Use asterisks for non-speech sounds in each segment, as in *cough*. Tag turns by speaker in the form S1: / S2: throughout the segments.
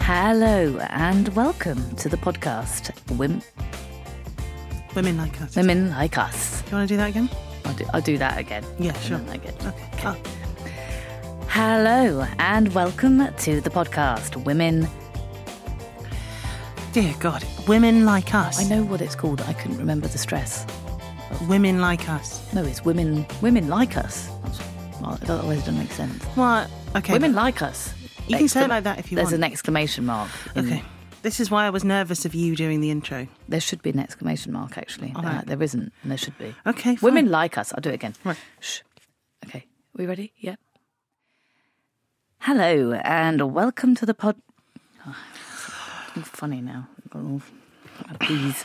S1: Hello and welcome to the podcast Wim-
S2: Women like us.
S1: Women Like Us.
S2: Do you want to do that again?
S1: I'll do, I'll do that again.
S2: Yeah,
S1: Women
S2: sure.
S1: Like Us.
S2: Okay. Oh,
S1: Hello and welcome to the podcast Women.
S2: dear God. Women like us.
S1: I know what it's called. I couldn't remember the stress.
S2: Women like us.
S1: No, it's Women Women Like Us. Well, that always doesn't make sense.
S2: What? Okay.
S1: Women Like Us.
S2: You can say it like that if you
S1: There's
S2: want.
S1: an exclamation mark. in-
S2: Okay. This is why I was nervous of you doing the intro.
S1: There should be an exclamation mark, actually. There-
S2: right.
S1: there isn't, and there should be.
S2: Okay. Fine.
S1: Women like us. I'll do it again.
S2: Right.
S1: Shh. Okay. we ready? Yeah. Hello and welcome to the pod. Oh, it's funny now. Oh, I've got all out of bees.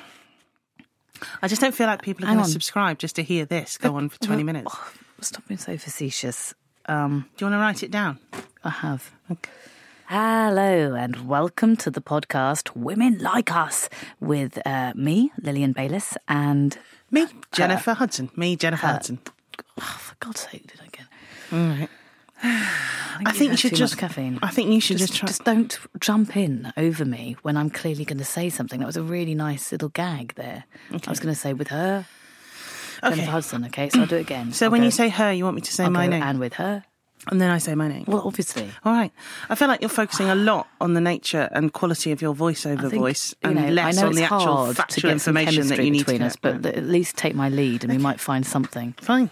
S2: I just don't feel like people are
S1: Hang
S2: going to
S1: on.
S2: subscribe just to hear this go on for 20 minutes.
S1: Oh, stop being so facetious. Um,
S2: Do you want to write it down?
S1: I have.
S2: Okay.
S1: Hello and welcome to the podcast Women Like Us with uh, me, Lillian Bayliss, and
S2: Me, Jennifer Hudson. Me, Jennifer Hudson.
S1: oh, for God's sake, did I get? All right.
S2: I think you should just
S1: caffeine.
S2: I think you should just,
S1: just,
S2: try.
S1: just don't jump in over me when I'm clearly going to say something. That was a really nice little gag there. I was going to say with her,
S2: okay.
S1: Jennifer Hudson. Okay, so I'll do it again.
S2: So
S1: I'll
S2: when
S1: go-
S2: you say her, you want me to say
S1: I'll
S2: my
S1: go
S2: name,
S1: and with her,
S2: and then I say my name.
S1: well, obviously,
S2: All right. I feel like you're focusing a lot on the nature and quality of your voiceover
S1: I think,
S2: voice
S1: you
S2: and
S1: know,
S2: less
S1: I know
S2: on the
S1: it's
S2: actual
S1: hard to
S2: factual
S1: get some
S2: information that
S1: chemistry
S2: you need
S1: between
S2: to
S1: us, but at least take my lead and we might find something.
S2: fine.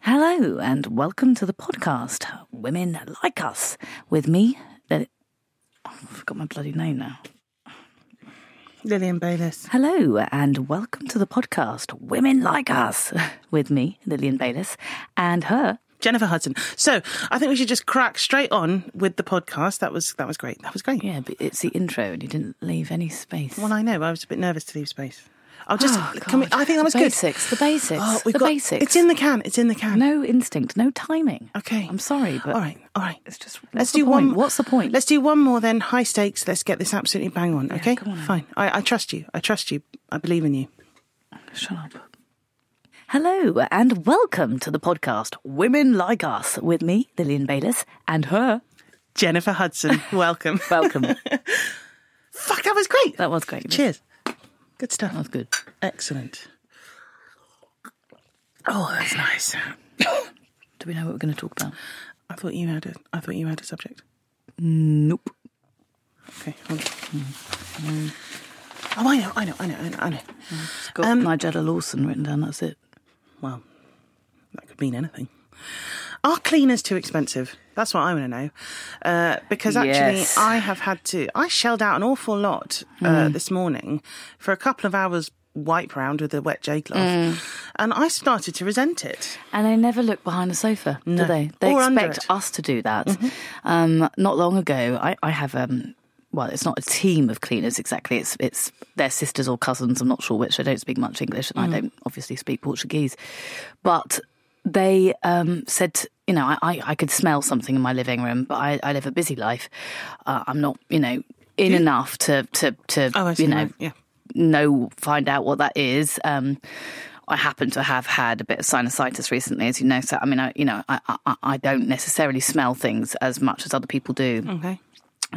S1: Hello and welcome to the podcast Women Like Us with me. Lil- Oh, I forgot my bloody name now.
S2: Lillian Bayliss.
S1: Hello, and welcome to the podcast Women Like Us *laughs* with me, Lillian Bayliss, and her.
S2: Jennifer Hudson. So I think we should just crack straight on with the podcast. That was that was great. That was great.
S1: Yeah, but it's the intro, and you didn't leave any space.
S2: Well, I know. I was a bit nervous to leave space. I'll just.
S1: Oh,
S2: can we,
S1: God.
S2: I think that was
S1: the
S2: good.
S1: Basics, the basics,
S2: Oh,
S1: the basics.
S2: It's in the can. It's in the can.
S1: no instinct, no timing.
S2: Okay.
S1: I'm sorry, but
S2: All right. All right.
S1: it's just. What's
S2: Let's
S1: the
S2: do
S1: point?
S2: one.
S1: What's the point?
S2: Let's do one more then. High stakes. Let's get this absolutely bang on. Okay.
S1: come on then.
S2: Fine. I, I trust you. I trust you. I believe in you.
S1: Shut up. Hello, and welcome to the podcast Women Like Us with me, Lillian Bayliss, and her. *laughs*
S2: Jennifer Hudson, welcome.
S1: Welcome.
S2: Fuck, that was great.
S1: that was great.
S2: Cheers. Good stuff.
S1: That was good.
S2: Excellent. Oh, that's nice.
S1: Do we know what we're going to talk about?
S2: I thought you had a. I thought you had a subject.
S1: Nope.
S2: Okay. hold on.
S1: Mm-hmm.
S2: Oh, I know. I know. I know. I know. I know.
S1: It's got Nigella Lawson written down. That's it.
S2: Well, that could mean anything. Are cleaners too expensive? That's what I want to know. Uh, because actually,
S1: Yes. Hmm.
S2: I have had to. I shelled out an awful lot uh, this morning for a couple of hours wipe round with a wet J cloth,
S1: Hmm.
S2: and I started to resent it.
S1: And they never look behind the sofa, do they? They
S2: Or under
S1: expect
S2: it. Mm-hmm.
S1: us to do that. Um, not long ago, I, I have. Um, well, it's not a team of cleaners exactly. It's it's their sisters or cousins. I'm not sure which. I don't speak much English,
S2: Mm.
S1: and I don't obviously speak Portuguese. But they um, said, you know, I, I, I could smell something in my living room, but I, I live a busy life. Uh, I'm not, you know, in enough to to to
S2: Oh, I see.
S1: you know
S2: right, yeah.
S1: know find out what that is. Um, I happen to have had a bit of sinusitis recently, as you know. So I mean, I, you know, I, I I don't necessarily smell things as much as other people do.
S2: Okay.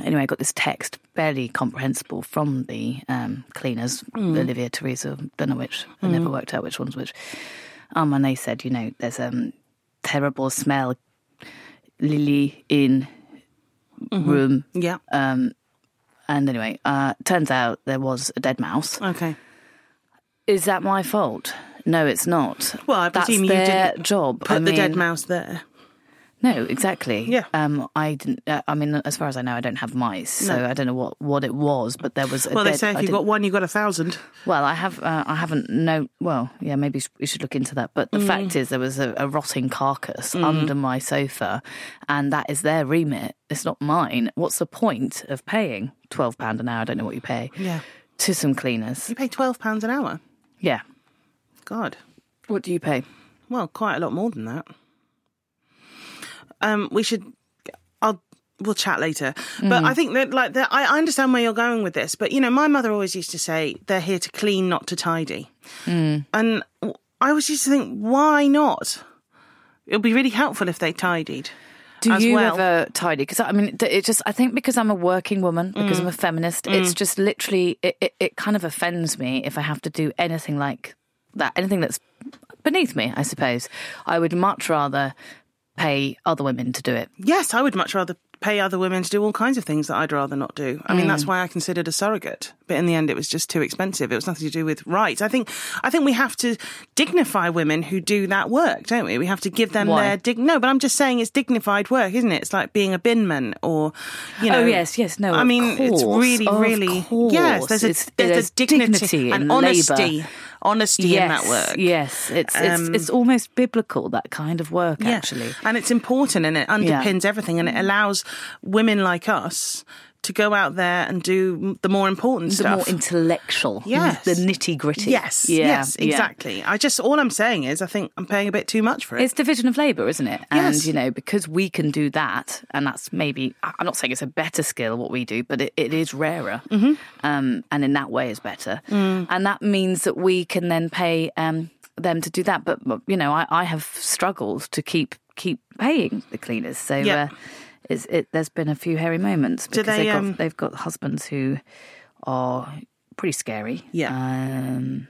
S1: Anyway, I got this text, barely comprehensible, from the um, cleaners, Olivia, Teresa, don't know which. I never worked out which one's which. Um, and they said, you know, there's a um, terrible smell, Lily in room.
S2: Yeah.
S1: Uh, And anyway, uh, turns out there was a dead mouse.
S2: okay.
S1: Is that my fault? No, it's not.
S2: Well, I
S1: That's
S2: presume you
S1: their
S2: didn't
S1: job.
S2: Put
S1: I
S2: the dead
S1: mean-
S2: mouse there.
S1: No, exactly.
S2: Yeah.
S1: Um, I didn't. Uh, I mean, as far as I know, I don't have mice, so I don't know what, what it was. But there was. A
S2: Well,
S1: dead,
S2: they say if
S1: I
S2: you've
S1: didn't-
S2: got one, you've got a thousand.
S1: Well, I have. Uh, I haven't. No. Well, yeah. Maybe sh- we should look into that. But the
S2: Mm.
S1: fact is, there was a, a rotting carcass under my sofa, and that is their remit. It's not mine. What's the point of paying twelve pound an hour? I don't know what you pay.
S2: Yeah.
S1: To some cleaners.
S2: You pay twelve pounds an hour.
S1: Yeah.
S2: God.
S1: What do you pay?
S2: Well, quite a lot more than that. Um, we should. I'll. We'll chat later. But I think that, like, that I I understand where you're going with this. But you know, my mother always used to say they're here to clean, not to tidy. And w- I always used to think, why not? It would be really helpful if they tidied.
S1: Do
S2: as
S1: you
S2: well.
S1: ever tidy? Because I mean, th- it just I think because I'm a working woman, because I'm a feminist, it's just literally it, it, it kind of offends me if I have to do anything like that, anything that's beneath me. I suppose I would much rather pay other women to do it.
S2: Yes, I would much rather pay other women to do all kinds of things that I'd rather not do. I mean,
S1: Mm.
S2: that's why I considered a surrogate. But in the end, it was just too expensive. It was nothing to do with rights. I think, I think we have to dignify women who do that work, don't we? We have to give them
S1: Why?
S2: their dig. No, but I'm just saying it's dignified work, isn't it? It's like being a binman or, you know.
S1: Oh, yes, yes, no,
S2: I
S1: of
S2: mean, it's
S1: course,
S2: really,
S1: of
S2: really. Yes, there's a,
S1: course. It's-
S2: there's
S1: there's
S2: a dignity,
S1: dignity
S2: and
S1: in
S2: honesty.
S1: labour.
S2: Honesty
S1: yes,
S2: in that work.
S1: Yes, it's
S2: Um,
S1: it's it's almost biblical that kind of work
S2: Yeah.
S1: actually.
S2: And it's important and it underpins everything and it allows women like us to go out there and do the more important
S1: The
S2: stuff.
S1: more intellectual,
S2: Yes.
S1: the nitty gritty.
S2: yes, yes, exactly. I just, all I'm saying is I think I'm paying a bit too much for it.
S1: It's division of labour, isn't it? And
S2: Yes.
S1: you know, because we can do that, and that's maybe I- I'm not saying it's a better skill what we do, but it, it is rarer,
S2: Mm-hmm.
S1: um, and in that way is better,
S2: Mm.
S1: and that means that we can then pay um, them to do that. But but, you know, I, I have struggled to keep keep paying the cleaners, so
S2: Yeah.
S1: uh, it's, it, there's been a few hairy moments because
S2: they,
S1: have
S2: um,
S1: got, they've got husbands who are pretty scary,
S2: Yeah.
S1: Um,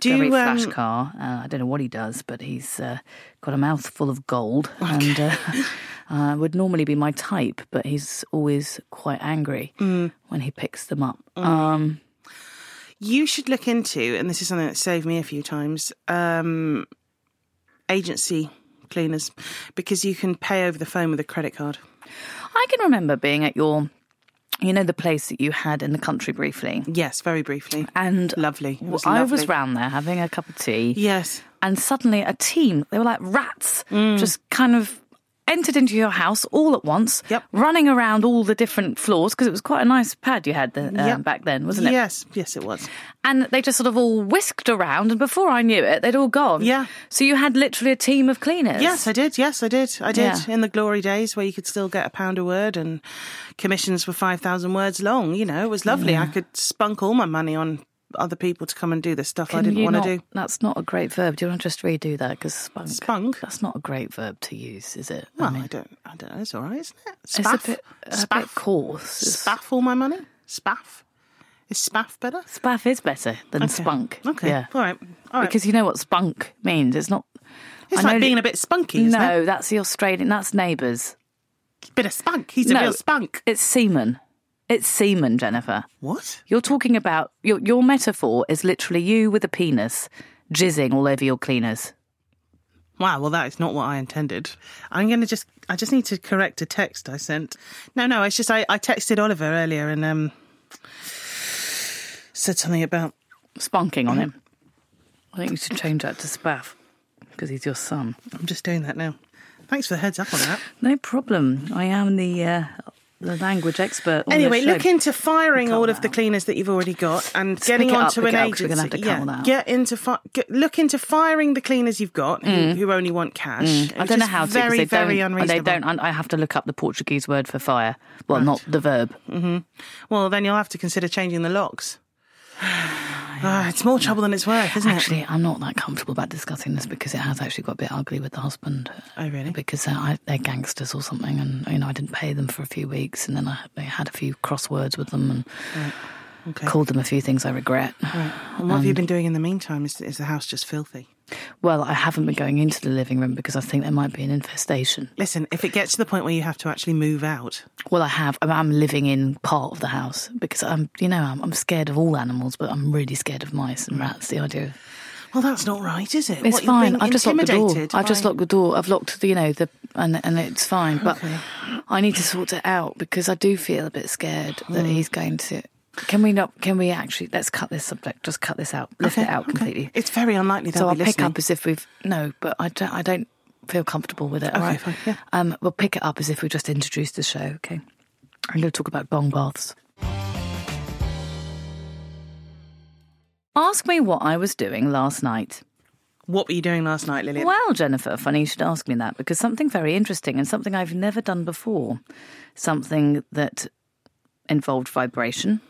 S2: do
S1: very
S2: you, um,
S1: flash car. Uh, I don't know what he does, but he's uh, got a mouthful of
S2: *laughs*
S1: gold and uh, *laughs* uh, would normally be my type, but he's always quite angry
S2: Mm.
S1: when he picks them up. Um,
S2: you should look into, and this is something that saved me a few times, um, agency cleaners, because you can pay over the phone with a credit card.
S1: I can remember being at your, you know, the place that you had in the country briefly,
S2: Yes, very briefly.
S1: and
S2: Lovely. It was
S1: Uh, I
S2: lovely.
S1: was round there having a cup of tea.
S2: Yes.
S1: and suddenly a team, they were like rats,
S2: Mm.
S1: just kind of entered into your house all at once,
S2: Yep.
S1: running around all the different floors because it was quite a nice pad you had the, um,
S2: Yep.
S1: back then, wasn't it?
S2: Yes, yes, it was.
S1: And they just sort of all whisked around, and before I knew it, they'd all gone.
S2: Yeah.
S1: So you had literally a team of cleaners.
S2: Yes, I did. Yes, I did. I did
S1: Yeah.
S2: in the glory days where you could still get a pound a word and commissions were 5,000 words long. You know, it was lovely. I could spunk all my money on other people to come and do the stuff I
S1: Can
S2: didn't
S1: you
S2: want
S1: not-
S2: to do.
S1: That's not a great verb. Do you want to just redo that? Because spunk,
S2: Spunk?
S1: That's not a great verb to use, is it?
S2: Well, I don't, I don't know. It's all right, isn't it?
S1: it's
S2: Spaff.
S1: a bit, a
S2: spaff.
S1: bit coarse. It's-
S2: spaff all my money. Spaff. Is spaff better?
S1: Spaff is better than spunk.
S2: Okay.
S1: Yeah.
S2: All right. All right.
S1: Because you know what spunk means. It's not.
S2: it's
S1: I know
S2: like
S1: that-
S2: being a bit spunky, isn't it?
S1: no, that's the Australian. That's neighbours.
S2: Bit of spunk. He's
S1: No.
S2: a real spunk.
S1: It's semen. It's semen, Jennifer.
S2: What?
S1: You're talking about your your metaphor is literally you with a penis jizzing all over your cleaners.
S2: Wow, well, that is not what I intended. I'm going to just, I just need to correct a text I sent. No, no, it's just I, I texted Oliver earlier and um, said something about,
S1: Spunking on him. I think you should change that to spaff because he's your son.
S2: I'm just doing that now. Thanks for the heads up on that.
S1: No problem. I am the uh, the language expert. On
S2: Anyway,
S1: the show.
S2: look into firing all of
S1: that
S2: the cleaners that you've already got and getting
S1: pick it up,
S2: onto
S1: pick it
S2: an
S1: up, 'cause
S2: agency.
S1: we're gonna have to cut all that out.
S2: Get into fi- get, look into firing the cleaners you've got who, who only want cash.
S1: Mm. I don't know how to. 'cause
S2: Very,
S1: they
S2: very
S1: don't,
S2: unreasonable.
S1: They don't. I have to look up the Portuguese word for fire. Well, not the verb.
S2: Well, then you'll have to consider changing
S1: *sighs*
S2: the locks. Ah, it's more trouble than it's worth, isn't it?
S1: Actually, I'm not that comfortable about discussing this because it has actually got a bit ugly with the husband.
S2: Oh, really?
S1: Because uh, I, they're gangsters or something, and you know I didn't pay them for a few weeks, and then I, I had a few crosswords with them and
S2: Okay.
S1: called them a few things I regret.
S2: And what have you been doing in the meantime? Is, is the house just filthy?
S1: Well, I haven't been going into the living room because I think there might be an infestation.
S2: Listen, if it gets to the point where you have to actually move out,
S1: Well, I have. I'm, I'm living in part of the house because I'm, you know, I'm, I'm scared of all animals, but I'm really scared of mice and rats. The idea of
S2: well, that's not right, is it?
S1: It's
S2: What, you're
S1: fine.
S2: being
S1: I've just locked the door.
S2: intimidated
S1: I've just
S2: by-
S1: locked the door. I've locked the, you know, the and and it's fine. But I need to sort it out because I do feel a bit scared that
S2: Hmm.
S1: he's going to. Can we not? Can we actually? Let's cut this subject. Just cut this out. Lift it out
S2: Okay.
S1: completely.
S2: It's very unlikely they'll
S1: So I'll
S2: be
S1: pick
S2: listening.
S1: up as if we've no, but I don't. I don't feel comfortable with it. all
S2: Okay,
S1: right.
S2: fine, yeah.
S1: Um, we'll pick it up as if we just introduced the show. Okay. I'm going to talk about bong baths. Ask me what I was doing last night.
S2: What were you doing last night, Lillian?
S1: Well, Jennifer, funny you should ask me that because something very interesting and something I've never done before, something that involved vibration.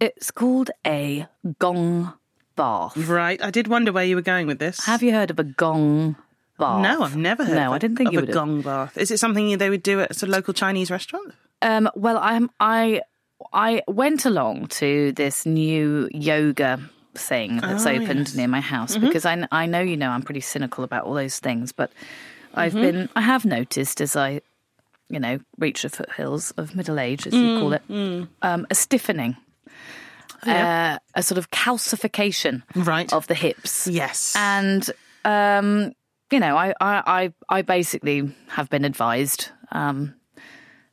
S1: It's called a gong bath.
S2: Right, I did wonder where you were going with this.
S1: Have you heard of a gong bath.
S2: No, I've never heard.
S1: No,
S2: of
S1: I
S2: a-
S1: didn't think
S2: of
S1: you
S2: a
S1: would have.
S2: gong bath. Is it something they would do at a local Chinese restaurant?
S1: Um, well, I'm I I went along to this new yoga thing that's opened near my house because I I know you know I'm pretty cynical about all those things, but I've been I have noticed as I you know reach the foothills of middle age as you call it um, a stiffening. Uh, a sort of calcification
S2: Right.
S1: of the hips
S2: Yes.
S1: and um, you know, I, I, I, I basically have been advised um,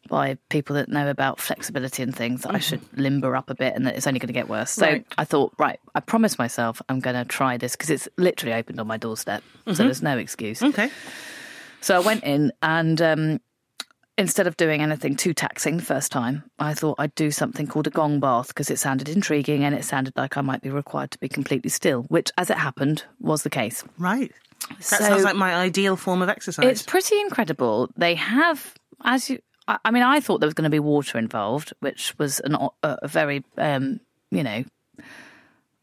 S1: by people that know about flexibility and things that I should limber up a bit and that it's only going to get worse. So
S2: Right.
S1: I thought, right, I promised myself I'm going to try this because it's literally opened on my doorstep, so there's no excuse.
S2: okay.
S1: So I went in and. Um, Instead of doing anything too taxing the first time, I thought I'd do something called a gong bath because it sounded intriguing and it sounded like I might be required to be completely still, which, as it happened, was the case.
S2: Right. That
S1: So-
S2: sounds like my ideal form of exercise.
S1: It's pretty incredible. They have, as you, I, I mean, I thought there was going to be water involved, which was an, o- a a very, um, you know,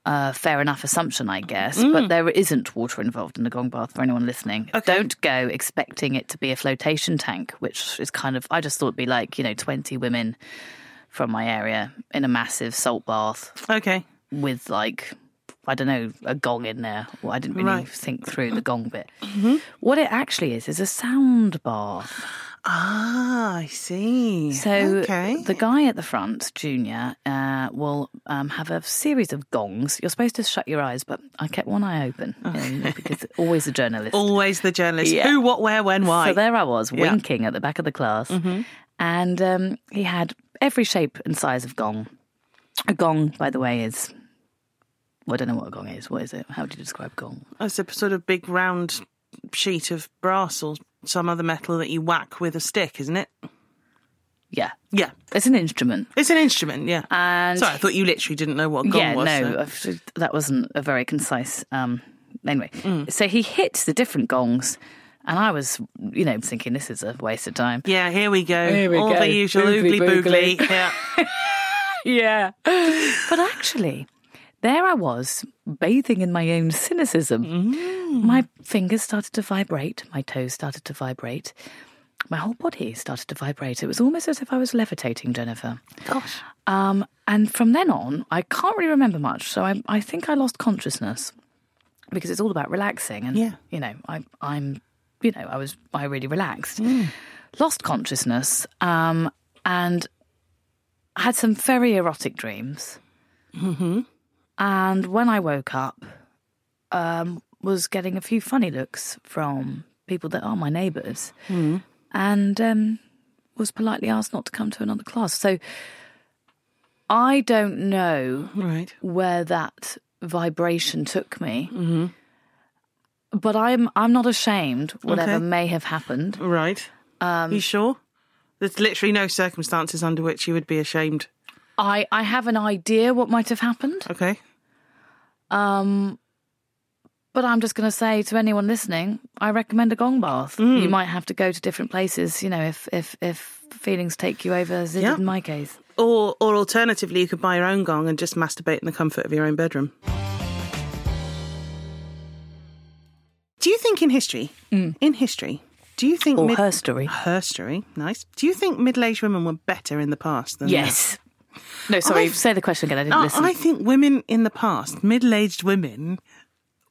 S1: uh, fair enough assumption, I guess. But there isn't water involved in the gong bath for anyone listening. Don't go expecting it to be a flotation tank, which is kind of, I just thought it'd be like, you know, 20 women from my area in a massive salt bath
S2: okay.
S1: with like I don't know a gong in there. Well, I didn't really
S2: Right. Mm-hmm.
S1: think through the gong
S2: *clears throat*
S1: bit. What it actually is is a sound bath.
S2: Ah, I see.
S1: So
S2: okay.
S1: the guy at the front, Junior, uh, will um, have a series of gongs. You're supposed to shut your eyes, but I kept one eye open you
S2: Oh. *laughs*
S1: know, because always a journalist.
S2: Always the journalist.
S1: Yeah.
S2: Who, what, where, when, why?
S1: So there I was, winking at the back of the class.
S2: Mm-hmm.
S1: And um, he had every shape and size of gong. A gong, by the way, is. Well, I don't know what a gong is. What is it? How would you describe gong?
S2: It's a sort of big round sheet of brass or some other metal that you whack with a stick, isn't it?
S1: Yeah.
S2: Yeah.
S1: It's an instrument.
S2: It's an instrument, yeah.
S1: And
S2: Sorry, I thought you literally didn't know what gong
S1: yeah,
S2: was.
S1: no, uh,
S2: so-
S1: I've- that wasn't a very concise. Um, anyway, so he hit the different gongs, and I was, you know, thinking this is a waste of time.
S2: Yeah, here we go.
S1: Here we
S2: All
S1: go.
S2: the usual
S1: Oogly boogly.
S2: oogly boogly. *laughs*
S1: *laughs*
S2: Yeah.
S1: Yeah, but actually, there I was bathing in my own cynicism. My fingers started to vibrate. My toes started to vibrate. My whole body started to vibrate. It was almost as if I was levitating, Jennifer.
S2: Gosh.
S1: Um, and from then on, I can't really remember much. So I, I think I lost consciousness because it's all about relaxing. And,
S2: Yeah.
S1: you know, I, I'm, you know, I was, I really relaxed. Lost consciousness um, and had some very erotic dreams. Mm-hmm. And when I woke up, um, was getting a few funny looks from people that are my neighbours. And um, was politely asked not to come to another class. So I don't know
S2: Right.
S1: where that vibration took me.
S2: Mm-hmm.
S1: But I'm I'm not ashamed whatever
S2: Okay.
S1: may have happened.
S2: Right. Um, you sure? There's literally no circumstances under which you would be ashamed.
S1: I, I have an idea what might have happened,
S2: Okay.
S1: but I'm just going to say to anyone listening, I recommend a gong bath.
S2: Mm.
S1: You might have to go to different places, you know, if if if feelings take you over, as it
S2: Yeah.
S1: did in my case.
S2: Or, or alternatively, you could buy your own gong and just masturbate in the comfort of your own bedroom. Do you think in history, in history, do you think
S1: Mm. Or
S2: mid-
S1: her story.
S2: herstory, nice? Do you think middle-aged women were better in the past than
S1: Yes. No, sorry.
S2: I've-
S1: say the question again. I didn't
S2: now?
S1: listen.
S2: Oh, I think women in the past, middle-aged women,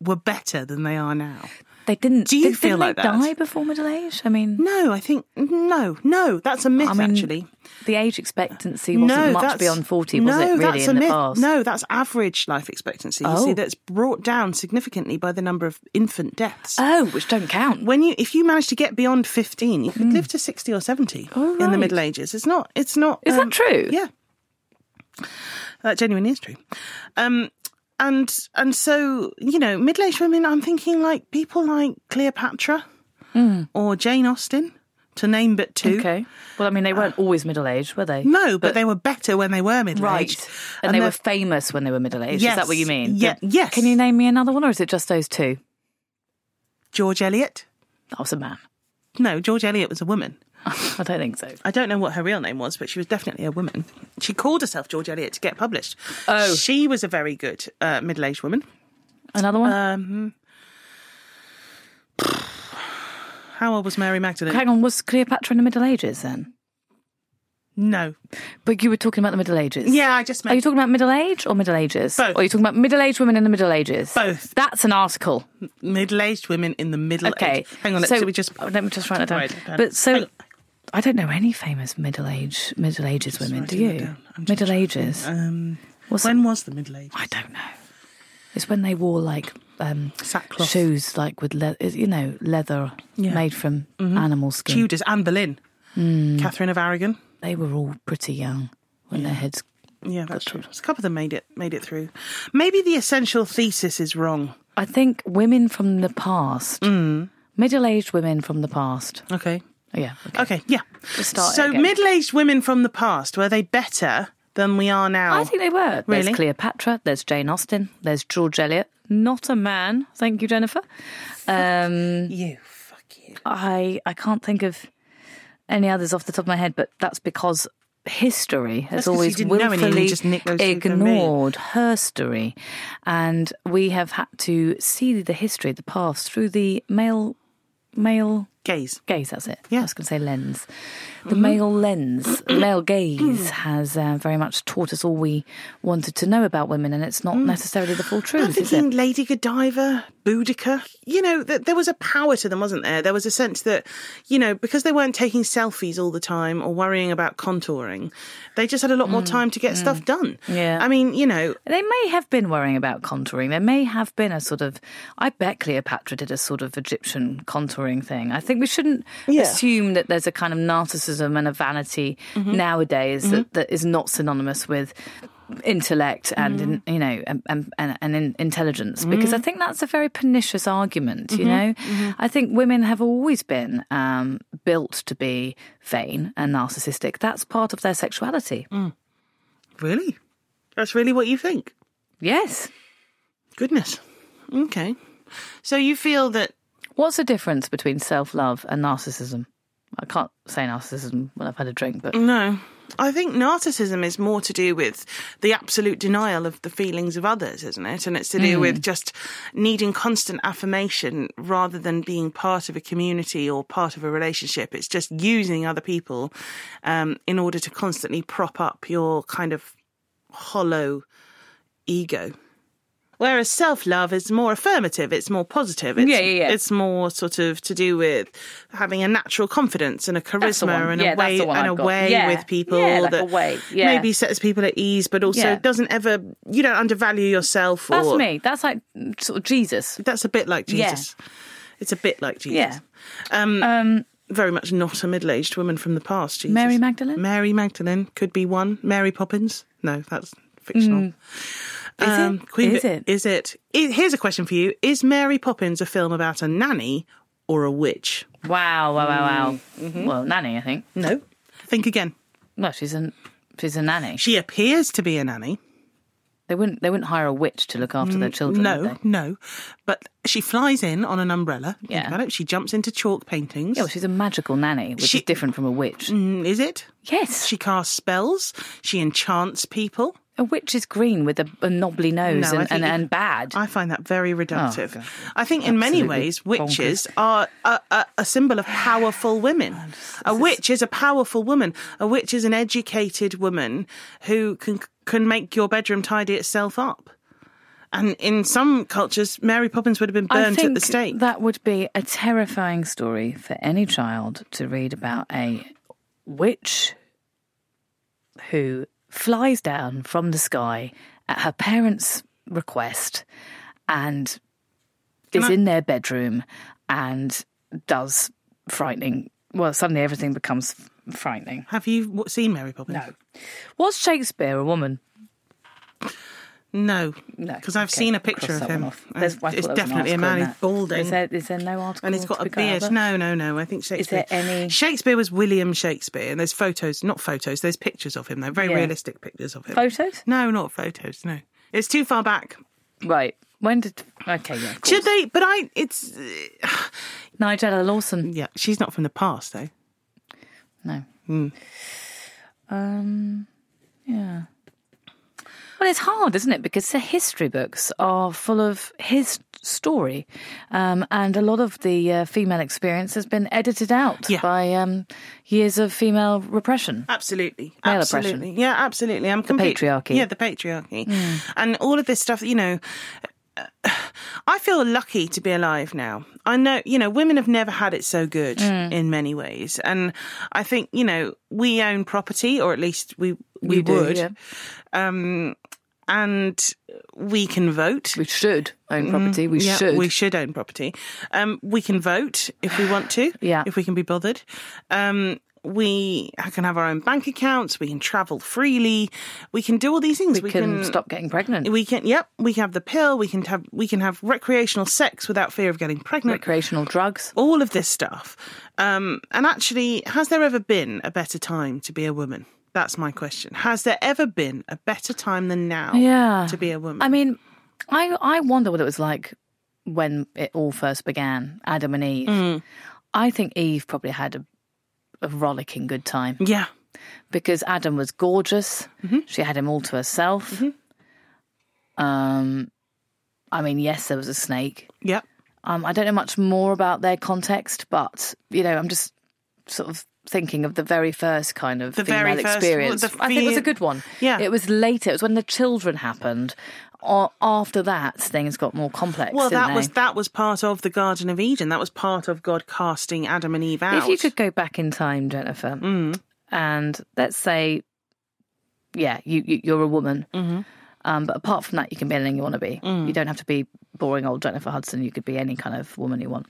S2: were better than they are now.
S1: they didn't.
S2: Do you
S1: did- didn't
S2: feel like
S1: they
S2: that?
S1: die before middle age? I mean,
S2: No, I think no, no. That's a myth,
S1: I mean,
S2: actually.
S1: the age expectancy wasn't
S2: no,
S1: much
S2: that's-
S1: beyond 40, was
S2: no,
S1: it, really,
S2: that's
S1: in the
S2: a myth.
S1: past?
S2: No, that's average life expectancy. You
S1: Oh.
S2: see, that's brought down significantly by the number of infant deaths.
S1: Oh, which don't count.
S2: when you, if you manage to get beyond fifteen, you could live to sixty or seventy in
S1: Hmm. right.
S2: the Middle Ages. It's not. It's not.
S1: Is
S2: um,
S1: that true?
S2: Yeah, that genuinely is true. Um, and and so you know, middle-aged women. I'm thinking like people like Cleopatra or Jane Austen, to name but two.
S1: Hmm. Okay. Well, I mean, they weren't always middle aged, were they?
S2: Uh, No, but, they were better when they were
S1: Right.
S2: middle-aged.
S1: And, they
S2: they're-
S1: were famous when they were middle aged. Is
S2: Yes.
S1: that what you mean?
S2: Ye-
S1: The-
S2: yes.
S1: Can you name me another one, or is it just those two?
S2: George Eliot.
S1: That was a man. *laughs*
S2: No, George Eliot was a woman.
S1: I don't think so.
S2: I don't know what her real name was, but she was definitely a woman. She called herself George Eliot to get published.
S1: Oh.
S2: she was a very good uh, middle-aged woman.
S1: Another one?
S2: Um, How old was Mary Magdalene?
S1: Hang on, was Cleopatra in the Middle Ages then?
S2: no.
S1: But you were talking about the Middle Ages.
S2: Yeah, I just
S1: Are you
S2: meant
S1: talking about middle age or Middle Ages?
S2: Both.
S1: Or are you talking about middle aged women in the Middle Ages?
S2: Both.
S1: That's an article.
S2: middle-aged women in the middle
S1: Okay.
S2: age. Hang on, let's
S1: so
S2: so, we just
S1: oh, let me just write that down.
S2: Right, pen.
S1: but
S2: Hang
S1: so
S2: on.
S1: I don't know any famous middle age Middle Ages women. Do
S2: writing that
S1: you?
S2: down. I'm just
S1: Middle Ages.
S2: um,
S1: What's
S2: when was the Middle Ages?
S1: I don't know. It's when they wore like um,
S2: Sackcloth.
S1: shoes, like with le- you know leather
S2: Yeah. Mm-hmm.
S1: made from animal skin.
S2: Tudors, Anne Boleyn,
S1: Hmm.
S2: Catherine of Aragon.
S1: They were all pretty young when their heads.
S2: Yeah, that's true. There's a couple of them made it made it through. Maybe the essential thesis is wrong.
S1: I think women from the past,
S2: Mm.
S1: middle-aged women from the past.
S2: Okay.
S1: Yeah. Okay.
S2: Okay. Yeah.
S1: Just start it
S2: so
S1: again.
S2: middle-aged women from the past were they better than we are now?
S1: I think they were.
S2: Oh. Really?
S1: There's Cleopatra. There's Jane Austen. There's George Eliot. Not a man. Thank you, Jennifer. Um, *laughs*
S2: you. Fuck you.
S1: I I can't think of any others off the top of my head, but that's because history has
S2: 'cause you
S1: always
S2: didn't know any and you
S1: willfully
S2: just nicked those two from me.
S1: ignored herstory, and we have had to see the history, the past, through the male male
S2: Gays.
S1: gaze. That's it.
S2: Yeah.
S1: I was going to say lens. The male lens, male gaze, has uh, very much taught us all we wanted to know about women, and it's not necessarily the full
S2: I'm
S1: truth, is it?
S2: thinking Lady Godiva, Boudica. You know, th- there was a power to them, wasn't there? There was a sense that, you know, because they weren't taking selfies all the time or worrying about contouring, they just had a lot more time to get stuff done.
S1: Yeah.
S2: I mean, you know,
S1: They may have been worrying about contouring. There may have been a sort of. I bet Cleopatra did a sort of Egyptian contouring thing. I think we shouldn't
S2: Yeah.
S1: assume that there's a kind of narcissism and a vanity nowadays that, that is not synonymous with intellect and in, you know and and, and, and in intelligence because I think that's a very pernicious argument you know I think women have always been um, built to be vain and narcissistic that's part of their sexuality
S2: really? That's really what you think?
S1: yes
S2: Goodness. Okay. So you feel that
S1: What's the difference between self love and narcissism? I can't say narcissism when I've had a drink, but
S2: No. I think narcissism is more to do with the absolute denial of the feelings of others, isn't it? And it's to
S1: Mm.
S2: do with just needing constant affirmation rather than being part of a community or part of a relationship. It's just using other people um, in order to constantly prop up your kind of hollow ego. Whereas self love is more affirmative, it's more positive, it's,
S1: Yeah, yeah, yeah.
S2: it's more sort of to do with having a natural confidence and a charisma
S1: That's the one.
S2: charisma and
S1: Yeah,
S2: a
S1: that's
S2: way
S1: the one
S2: and a
S1: I've got.
S2: way
S1: Yeah.
S2: with people
S1: Yeah, like
S2: that
S1: a way. Yeah.
S2: maybe sets people at ease, but also
S1: Yeah.
S2: doesn't ever you don't undervalue yourself.
S1: that's
S2: or,
S1: me. That's like mm, sort of Jesus.
S2: That's a bit like
S1: Yeah.
S2: Jesus. It's a bit like Jesus.
S1: Yeah.
S2: Um,
S1: Um,
S2: Very much not a middle-aged woman from the past. Jesus.
S1: Mary Magdalene?
S2: Mary Magdalene could be one. Mary Poppins. No, that's fictional.
S1: Mm.
S2: Um,
S1: Is it?
S2: Queen
S1: Is
S2: Vi-
S1: it?
S2: Is it? I- Here's a question for you: Is Mary Poppins a film about a nanny or a witch?
S1: Wow, wow, wow, wow. Well, nanny, I think.
S2: Mm-hmm. No. Think again.
S1: Well, she's an she's a nanny.
S2: She appears to be a nanny.
S1: They wouldn't they wouldn't hire a witch to look after their children.
S2: Mm, No,
S1: Would they?
S2: no. But she flies in on an umbrella. Think
S1: Yeah.
S2: about it. She jumps into chalk paintings.
S1: Yeah, well, she's a magical nanny, which
S2: She-
S1: is different from a witch.
S2: Mm, Is it?
S1: Yes,
S2: She casts spells. She enchants people.
S1: a witch is green with a, a knobbly nose
S2: No,
S1: and,
S2: I
S1: and,
S2: think-
S1: and bad.
S2: I find that very reductive.
S1: Oh, God.
S2: I think in many
S1: Absolutely
S2: ways, witches are a, a, a symbol of powerful women. A witch is a powerful woman. A witch is an educated woman who can can make your bedroom tidy itself up. And in some cultures, Mary Poppins would have been
S1: I
S2: burnt
S1: think
S2: at the stake.
S1: That would be a terrifying story for any child to read about a witch who flies down from the sky at her parents' request and is in their bedroom and does frightening. Well, suddenly everything becomes frightening.
S2: have you w- seen Mary Poppins?
S1: No. Was Shakespeare a woman?
S2: No,
S1: No,
S2: because I've
S1: okay,
S2: seen a picture
S1: cross
S2: of
S1: that one
S2: him.
S1: off.
S2: and
S1: There's- I thought
S2: it's
S1: there was an
S2: definitely a
S1: article
S2: man
S1: on
S2: who's
S1: that.
S2: balding,
S1: Is there, is there no article?
S2: and he's got
S1: to
S2: a
S1: be got
S2: beard.
S1: out?
S2: No, no, no. I think Shakespeare.
S1: any-
S2: Shakespeare was William Shakespeare, and there's photos, not photos. There's pictures of him though, very
S1: Yeah.
S2: realistic pictures of him.
S1: Photos?
S2: No, not photos. No, it's too far back.
S1: Right. When did? Okay, yeah. of
S2: Should
S1: course.
S2: they? But I. It's *sighs*
S1: Nigella Lawson.
S2: yeah. She's not from the past though.
S1: No. Um. Yeah. Well, it's hard, isn't it? Because the history books are full of his story. Um, and a lot of the uh, female experience has been edited out
S2: Yeah.
S1: by um, years of female repression.
S2: Absolutely.
S1: Male
S2: absolutely.
S1: oppression.
S2: Yeah, absolutely. I'm complete-
S1: patriarchy. Hmm.
S2: Yeah, the patriarchy. And all of this stuff, you know, *sighs* I feel lucky to be alive now. I know, you know, women have never had it so good
S1: Hmm.
S2: in many ways. And I think, you know, we own property or at least we we
S1: You do,
S2: would.
S1: yeah.
S2: Um and we can vote.
S1: We should own property. Mm-hmm. We
S2: Yeah,
S1: should.
S2: We should own property. Um, we can vote if we want to.
S1: *sighs* Yeah.
S2: If we can be bothered. Um, we can have our own bank accounts. We can travel freely. We can do all these things.
S1: we can, stop getting pregnant.
S2: We can. Yep. We can have the pill. We can have. We can have recreational sex without fear of getting pregnant.
S1: Recreational drugs.
S2: all of this stuff. Um, and actually, has there ever been a better time to be a woman? That's my question. Has there ever been a better time than now
S1: Yeah.
S2: to be a woman?
S1: I mean, I I wonder what it was like when it all first began, Adam and Eve. I think Eve probably had a, a rollicking good time
S2: yeah.
S1: because Adam was gorgeous. She had him all to herself. Um, I mean, yes, there was a snake.
S2: Yep.
S1: Um, I don't know much more about their context, but you know, I'm just sort of thinking of the very first kind of
S2: The
S1: female
S2: very first-
S1: experience.
S2: well, the
S1: I think it was
S2: fe-
S1: a good one.
S2: Yeah.
S1: it was later. It was when the children happened. Or after that, things got more complex.
S2: Well,
S1: didn't
S2: that was
S1: they?
S2: that was part of the Garden of Eden. That was part of God casting Adam and Eve out.
S1: If
S2: Mm.
S1: you could go back in time, Jennifer, and let's say, yeah, you, you you're a woman. Um, but apart from that, you can be anything you want to be. You don't have to be boring old Jennifer Hudson. You could be any kind of woman you want.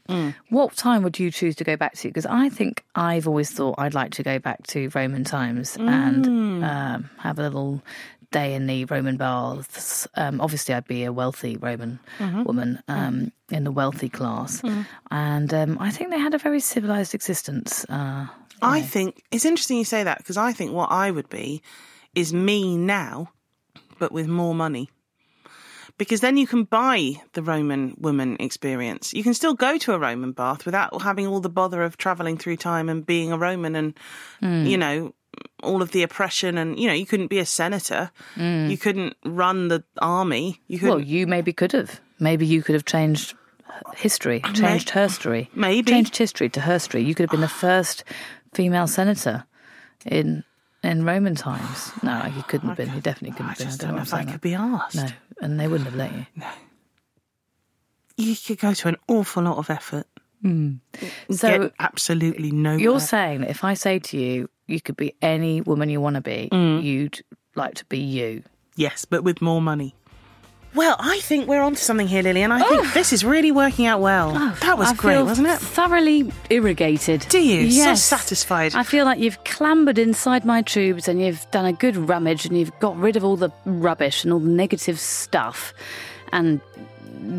S1: What time would you choose to go back to? Because I think I've always thought I'd like to go back to Roman times and um, have a little day in the Roman baths. Um, obviously, I'd be a wealthy Roman woman um, in the wealthy class. And um, I think they had a very civilized existence. Uh,
S2: I think it's interesting you say that because I think what I would be is me now, but with more money. Because then you can buy the Roman woman experience. You can still go to a Roman bath without having all the bother of traveling through time and being a Roman and
S1: Hmm.
S2: you know all of the oppression and you know you couldn't be a senator, you couldn't run the army, you couldn't
S1: Hmm. well, you maybe could have. Maybe you could have changed history, changed her story.
S2: Maybe.
S1: Changed history to her story. You could have
S2: *sighs*
S1: been the first female senator in in Roman
S2: *sighs*
S1: times. No, you couldn't have been. You definitely couldn't
S2: I
S1: have been. I
S2: just
S1: don't
S2: don't
S1: know
S2: know
S1: what
S2: if I
S1: I'm saying.
S2: could be asked.
S1: No, and they wouldn't have
S2: *laughs*
S1: let you.
S2: you could go to an awful lot of effort.
S1: So
S2: Get absolutely nowhere.
S1: You're saying that if I say to you, you could be any woman you want to be,
S2: Mm.
S1: you'd like to be you.
S2: yes, but with more money. Oh. Well, I think we're onto something here, Lily, and I think this is really working out well. Oh, that was
S1: I
S2: great,
S1: feel
S2: wasn't it?
S1: Thoroughly irrigated.
S2: Do you? So
S3: Yes.
S2: satisfied.
S3: I feel like you've clambered inside my tubes and you've done a good rummage and you've got rid of all the rubbish and all the negative stuff and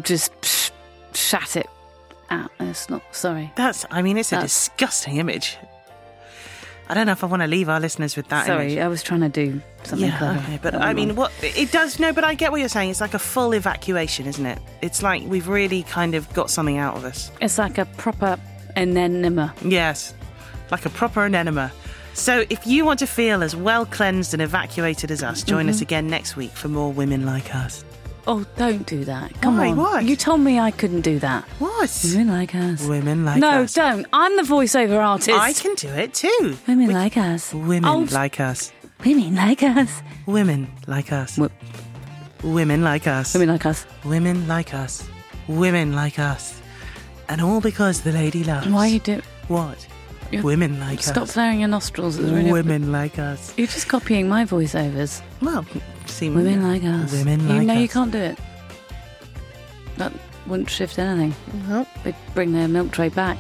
S3: just psh, shat it out. It's not, sorry.
S2: That's, I mean, it's a disgusting image. I don't know if I want to leave our listeners with that
S3: sorry,
S2: image.
S3: I was trying to do something
S2: Yeah,
S3: clever.
S2: okay, but I mean, what it does, no, but I get what you're saying. It's like a full evacuation, isn't it? It's like we've really kind of got something out of us.
S3: It's like a proper enema.
S2: Yes, like a proper enema. So, if you want to feel as well cleansed and evacuated as us, join
S3: Mm-hmm.
S2: us again next week for more women like us.
S3: Oh, don't do that. Come
S2: Why?
S3: on.
S2: What?
S3: You told me I couldn't do that.
S2: What?
S3: Women like us.
S2: Women like
S3: no,
S2: us.
S3: don't. I'm the voiceover artist.
S2: I can do it too.
S3: Women like us.
S2: Women
S3: Oh,
S2: like us.
S3: women like us.
S2: Women like us.
S3: Wo-
S2: women like us.
S3: Women like us.
S2: Women like us. Women like us. And all because the lady loves.
S3: Why you do?
S2: What?
S3: You're-
S2: Women like
S3: Stop
S2: us.
S3: flaring your nostrils. It's really-
S2: Women like us.
S3: You're just copying my voiceovers.
S2: Well, seem
S3: Women like us.
S2: Women
S3: You
S2: like
S3: know you
S2: us.
S3: can't do it. That wouldn't shift anything. They'd bring their milk tray back.